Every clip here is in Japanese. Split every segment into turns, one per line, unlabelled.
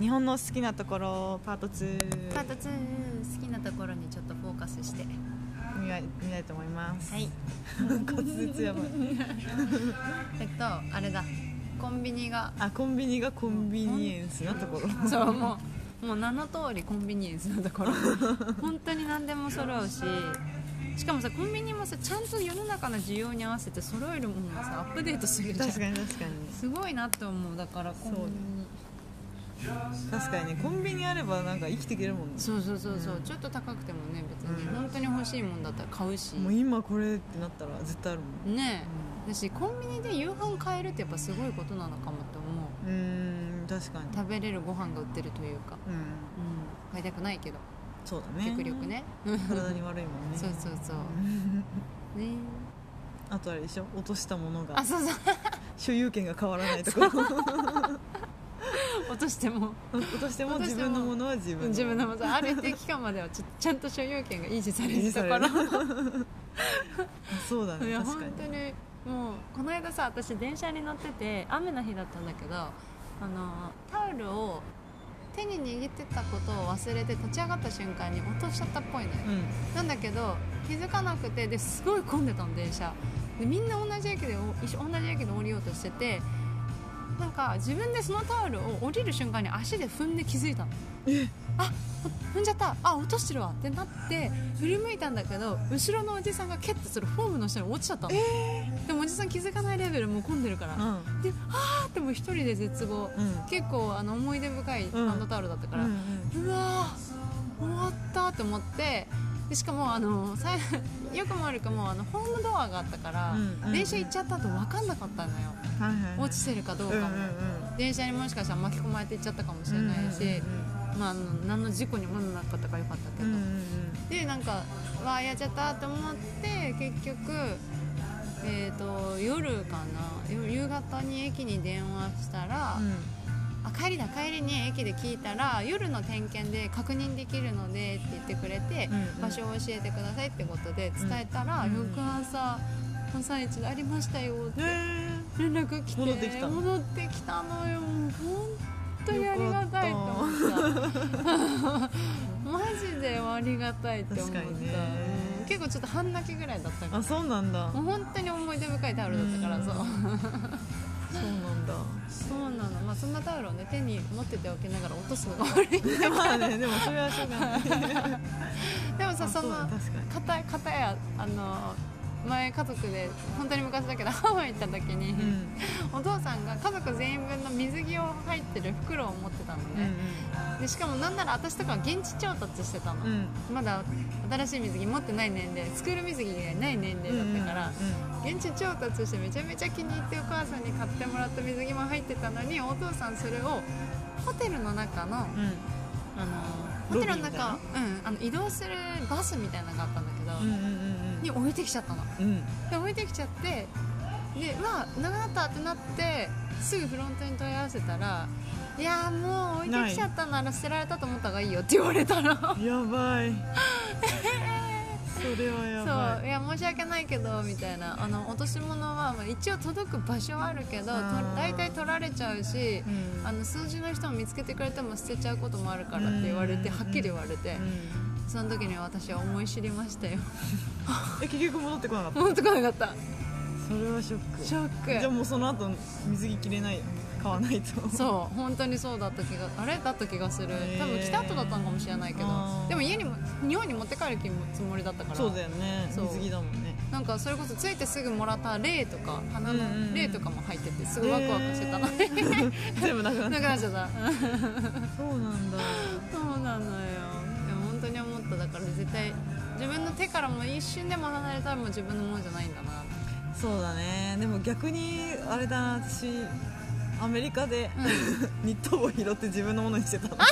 日本の好きなところパート2
パート2好きなところにちょっとフォーカスして
見わ見たいと思います
はい
滑舌やばい
えっとあれだコンビニが
あコンビニがコンビニエンスなところ
そうもうもう名の通りコンビニエンスのと ころ本当に何でも揃うししかもさコンビニもさちゃんと世の中の需要に合わせて揃えるものをさアップデートするじゃん
確かに確かに
すごいなって思うだからコンビニ
確かにねコンビニあればなんか生きていけるもんね
そうそうそうそう、
うん
ちょっと高くてもね別に、
うん
本当に欲しいもんだったら買うし
もう今これってなったら絶対あるもん
ねえだしコンビニで夕飯買えるってやっぱすごいことなのかもって思う
うーん確かに
食べれるご飯が売ってるというか、
うん
うん、買いたくないけど
そうだね
極力ね、
体に悪いもんね
そうそうそう
うん
ね
あとあれでしょ落としたものが
あそうそう
所有権が変わらないところ
落としても
落としても
落と
自
しても
分のものは自分の
自分のものある一定期間まではちょちゃんと所有権が維持され
維持
る
さ
と
れ
こ
る
ろ
そうだ
い
ね
や
確
本
かに
当にもうこの間さ私電車に乗ってて雨の日だったんだけどあのタオルを手に握ってたことを忘れて立ち上がった瞬間に落としちゃったっぽいのよ
うん
なんだけど気づかなくてですごい混んでたの電車でみんな同じ駅でお一緒同じ駅で降りようとしててなんか自分でそのタオルを降りる瞬間に足で踏んで気づいたのあふ踏んじゃったあ落としてるわってなって振り向いたんだけど後ろのおじさんが蹴ッとするフォームの下に落ちちゃったの、でもおじさん気づかないレベルもう混んでるからであーってもう一人で絶望
うん
結構あの思い出深いハンドタオルだったから、
うんうん
うわー終わったと思ってでしかもあのさ よくも悪くもあのホームドアがあったから、
うんうん
電車行っちゃったと分かんなかったのよ、
はいはいはい
落ちてるかどう
う
か
ん
も、
うんうん
電車にもしかしたら巻き込まれていっちゃったかもしれないし、まあ、あの何の事故にもなかったからよかったけ
う
ど、
んうんうん
でなんかわあやっちゃったと思って結局、えー、と夜かな夜夕方に駅に電話したら、あ帰りだ帰りに駅で聞いたら夜の点検で確認できるのでって言ってくれて、
うんうん
場所を教えてくださいってことで伝えたら、
うんうん
翌朝朝一でありましたよって
ね
連絡来て
戻ってきたの
戻ってきたのよ本当にありがたいと思った マジでありがたいって思った、
確かにね
うん結構ちょっと半泣きぐらいだったか
あ
ら
そうなんだ
もう本当に思い出深いタオルだったから
うん
そう
そうなんだ
そうなの、まあ、そんなタオルを、ね、手に持ってておきながら落とすのが悪い
まあねでもそれはしょうがない
でもさ
あ
そ
そう
の
だ確かに
片片やあの前家族で本当に昔だけど ハワイ行った時に、
うん
お父さんが家族全員分の水着を入ってる袋を持ってたの
うん
ね、でしかもなんなら私とかは現地調達してたの、
うんうん
まだ新しい水着持ってない年齢スクール水着がない年齢だったから、現地調達してめちゃめちゃ気に入ってお母さんに買ってもらった水着も入ってたのにお父さんそれをホテルの中の、
うんうん
あのホ
ロ
テ
ビー
ルの
みたいな
中、うん、あの移動するバスみたいなのがあったんだけど、
うんうんうん
に置いてきちゃったの
うんうん
で置いてきちゃってでまあなくなったってなってすぐフロントに問い合わせたら「いやーもう置いてきちゃったなら捨てられたと思った方がいいよ」って言われたのそ
やばいそれはやば
ういや申し訳ないけどみたいなあの落とし物はまあ一応届く場所はあるけどと
あー
大体取られちゃうし
い、うん
あの数字の人も見つけてくれても捨てちゃうこともあるからって言われて
うん
はっきり言われて、
うん
その時に私は思い知りましたよ
え結局戻ってこなかった
戻ってこなかった
それはショック
ショッ
じゃあ
ク
もうその後水着着れない買わないと
そう本当にそうだった気があれだった気がする
へー
多分来た後だったのかもしれないけど
あー
でも家にも日本に持って帰る気もつもりだったから
そうだよね
そう
水着だもんね
なんかそれこそついてすぐもらったレイとか花
うんうんうん
のレイとかも入っててすごいワクワクしてたの、
えー 全部なくなっ
なくなっちゃった
たそうなんだ
そうなのよでも本当に思っただから絶対自分の手からも一瞬でも離れたらもう自分のものじゃないんだなって
そうだねでも逆にあれだな私アメリカで、 ニット帽拾って自分のものにしてたの
そう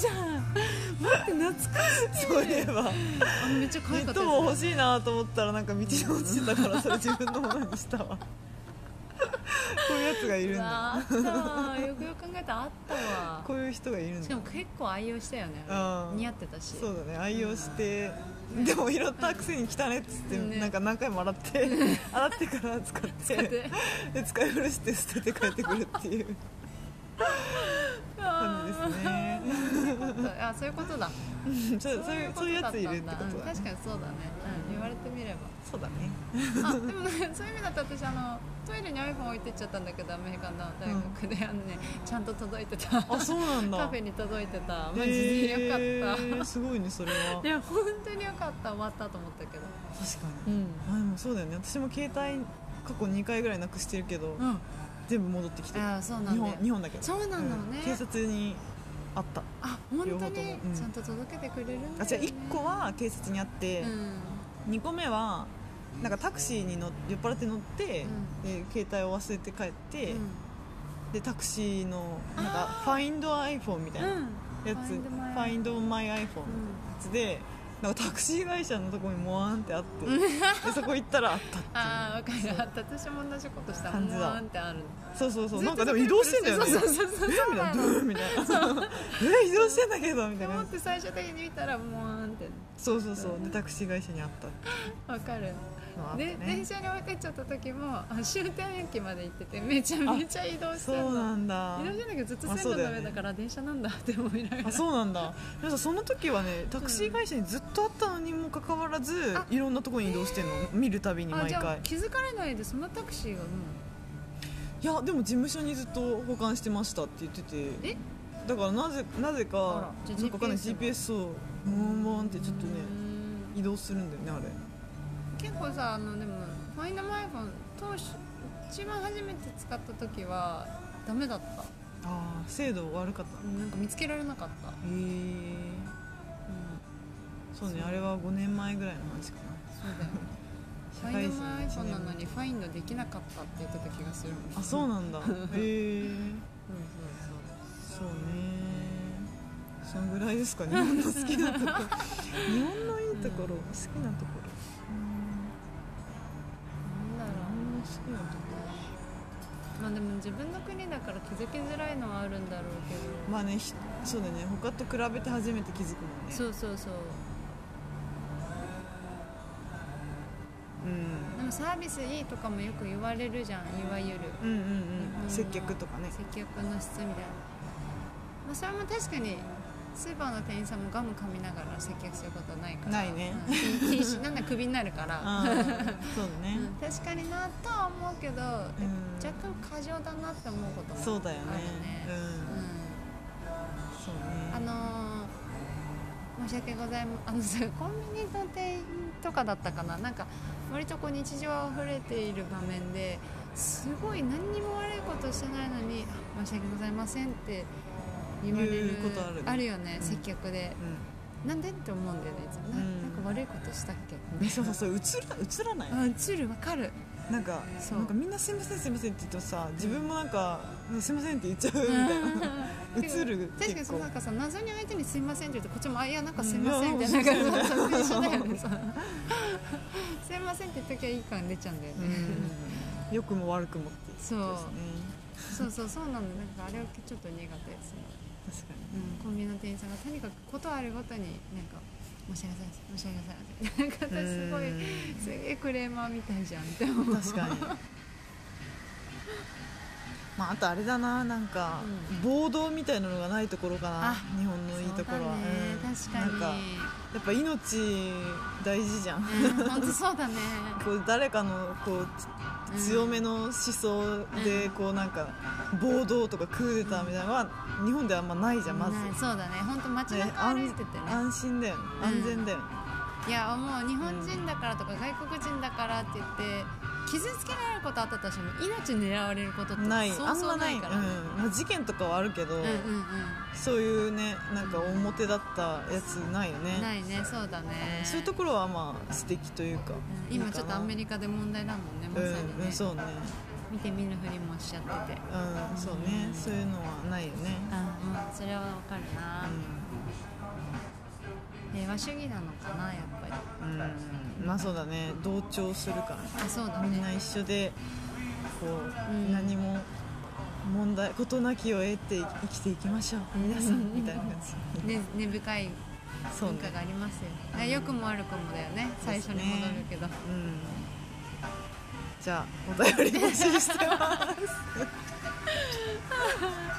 じゃん待って懐かしい
そういえば
あめっちゃ可
ニ
愛か
ッ
った
ト
やつ
帽欲しいなと思ったらなんか道に落ちてた からそれ自分のものにしたわこういうやつがいるんだ
あったわよくよく考えたらあったわ
こういう人がいるん
しか
だ
も結構愛用したよね
うん
似合ってたし
そうだね愛用してでも拾ったくせに汚ねっつって、
ね
なんか何回も洗 って洗ってから使って
だって
で使い古して捨てて帰ってくるっていう感じですね
あそういうことだ
うんそうそういうそういうやついるってこ
だ
と
うん
だ
確かにそうだね、うん、言われてみれば
そうだね
あでもねそういう意味だと私あのトイレに iPhone 置いてっちゃったんだけどアメリカの大学で、あのねちゃんと届いてた
あそうなんだ
カフェに届いてたマジでよかった、
へーすごいねそれはい
や本当によかった終わったと思ったけど
確か
う
に
ん
あでもそうだよね私も携帯過去2回ぐらいなくしてるけど
うん
全部戻ってきて
あそうなん
日
だ
本
よ
日本だけど
そうなんだよね
ん警察にあった
あ本
両
当
方と
に
もうん
ちゃんと届けてくれるんだよ、ね、
あじゃあ1個は警察にあって、
うん
2個目はなんかタクシーに乗っ酔っ払って乗って、で携帯を忘れて帰って、でタクシーのなんか
あー
ファインド iPhone みたいなやつ、
Find
フ
My
ァインドマイ iPhone のやつで、なんかタクシー会社のとこにモワンってあって、でそこ行ったらあったっていう
ああ分かるあった私も同じことした
感じだ
もわーんってある
そうそうそう
ずっ
なん
と
かでも移動してんだよね
そうそうそうそう
え
そう
みた
ない
なド
の
ゥーンみたいなえ移動してんだけどみた
で
い
も
な
って最終的に見たらもわーんって
そうそうそうでタクシー会社にあったってい
分か
うの
る
はあった
で電
ね
車に置いてっちゃった時もあ終点駅まで行っててめちゃめちゃ移動して
そ
る
うな
の
んだ
移動してんだけどずっと
あそ
線
う
路
だよ
の
ね
上だから電車なんだって思いながら
あそうなんだでもさその時はねタクシー会社にずっとあったのにもかかわらず
あ
いろんなとこに移動してんの見るたびに
あ
毎
じゃあ
回
気づかれないでそのタクシーがも
いやでも事務所にずっと保管してましたって言ってて
え
だからなぜなぜ
あ
から
じゃあ
なんかわかんない
GPS も
GPS そうモンモンってちょっと
う
ね
うん
移動するんだよねあれ
結構さあのでもファインダーマイフォン当初一番初めて使った時はダメだった
ああ精度悪かったへ
なんか見つけられなかった、
えそうねあれは5年前ぐらいの話かな
そうだよねフ
社会人
ァインダーマイフォンな
一
の
年
にファインドできなかったって言ってた気がするもん
あそう
の
なん だへえ
うんそう
そうねそのぐらいですかね日本の好きなとこ日本のいいところ、
うん
好きなところ
そうなんだろ
日本の好きなとこ
うまあでも自分の国だから気づきづらいのはあるんだろうけ
ろまあねひそうだね他と比べて初めて気づくもんね
どそうそうそう
うん、
でもサービスいいとかもよく言われるじゃんいわゆる
うんうん
う
うんん接客とかね
接客の質みたいな、まあ、それも確かにスーパーの店員さんもガム噛みながら接客することはないから
ないね
うん禁禁止なんならクビになる から、
あーそうだ
う
ね
ん、確かになとは思うけど、
う
若
ん
干過剰だなって思うことも
そうだよね
あるね
うん
う
そうん
あ
ね
のー申し訳ございまあの さコンビニの店員とかだったかななんか割とこう日常あふれている場面ですごい何にも悪いことしてないのに「あ申し訳ございません」って言われる
言うことあるね
よね、
うん
接客でなんでって思うんだよねいつも、な
うん
なんか悪いことしたっけ
うんそう そうそう映ら映らない
あ映るわかる
なんか
そう
なんかみんなすいませんすいませんって言うとさ自分もなんかすいませんって言っちゃうみ たいな映る
確かに
結
そう
構
なんかさ謎に相手に「すいません」って言うとこっちも「あいやなんかすい
うん
ません」みたい
いや
な
なん
感
か
じで一緒だよねさ「すいません」って言っときゃいい感出ちゃうんだよね、
うん良くも悪くもっていうこと
そうそうそうなのなんかあれはちょっと苦手ですね、
ですね確か
うん、コンビニの店員さんがとにかくことあるごとになんか「申し訳ございません申し訳ございません」なんか私すご
うん
いすげえクレーマーみたいじゃんって思う
に確かにまああとあれだななんか、暴動みたいなのがないところかな
あ
日本のいいところは、うん
そうだね確
な
か
んやっぱ命大事じゃん
に、うん、本当そうだね
こう誰かのこう
うん
強めの思想でこうなんか暴動とかクーデターみたいなのは日本ではあんまないじゃんまず、
うんそうだね本当街
ね
中歩いててね
安心だよね
うん
安全だよね、
いやもう日本人だからとか外国人だからって言って傷つけられることあったとしても命狙われることって
ない
そうそう
あんま
な
ないい
からね
うんまあ、事件とかはあるけど、
うんうん
そういうねなんか表だったやつないよ
うん
ね
ないねそうだね
そういうところはまあ素敵というか、
うん今ちょっとアメ
リ
リカで問題だもんねま
う
さ
ん
にね、
うんそうね
見て見ぬふりもしちゃってて
うんそうねそういうのはないよね、
うんうんそれはわかるな、
う
平和主義なのかなやっぱり
んうん、まあそうだね同調するからね
あそうだ
みん
ね
な一緒でこう、
うん
何も問題事なきを得て生きていきましょう皆さんみたいな感じ、
ね根深い
そう
文
ね
化がありますよ、ね、良くも悪くもだよね最初に戻るけど、
うんじゃあお便り募集してます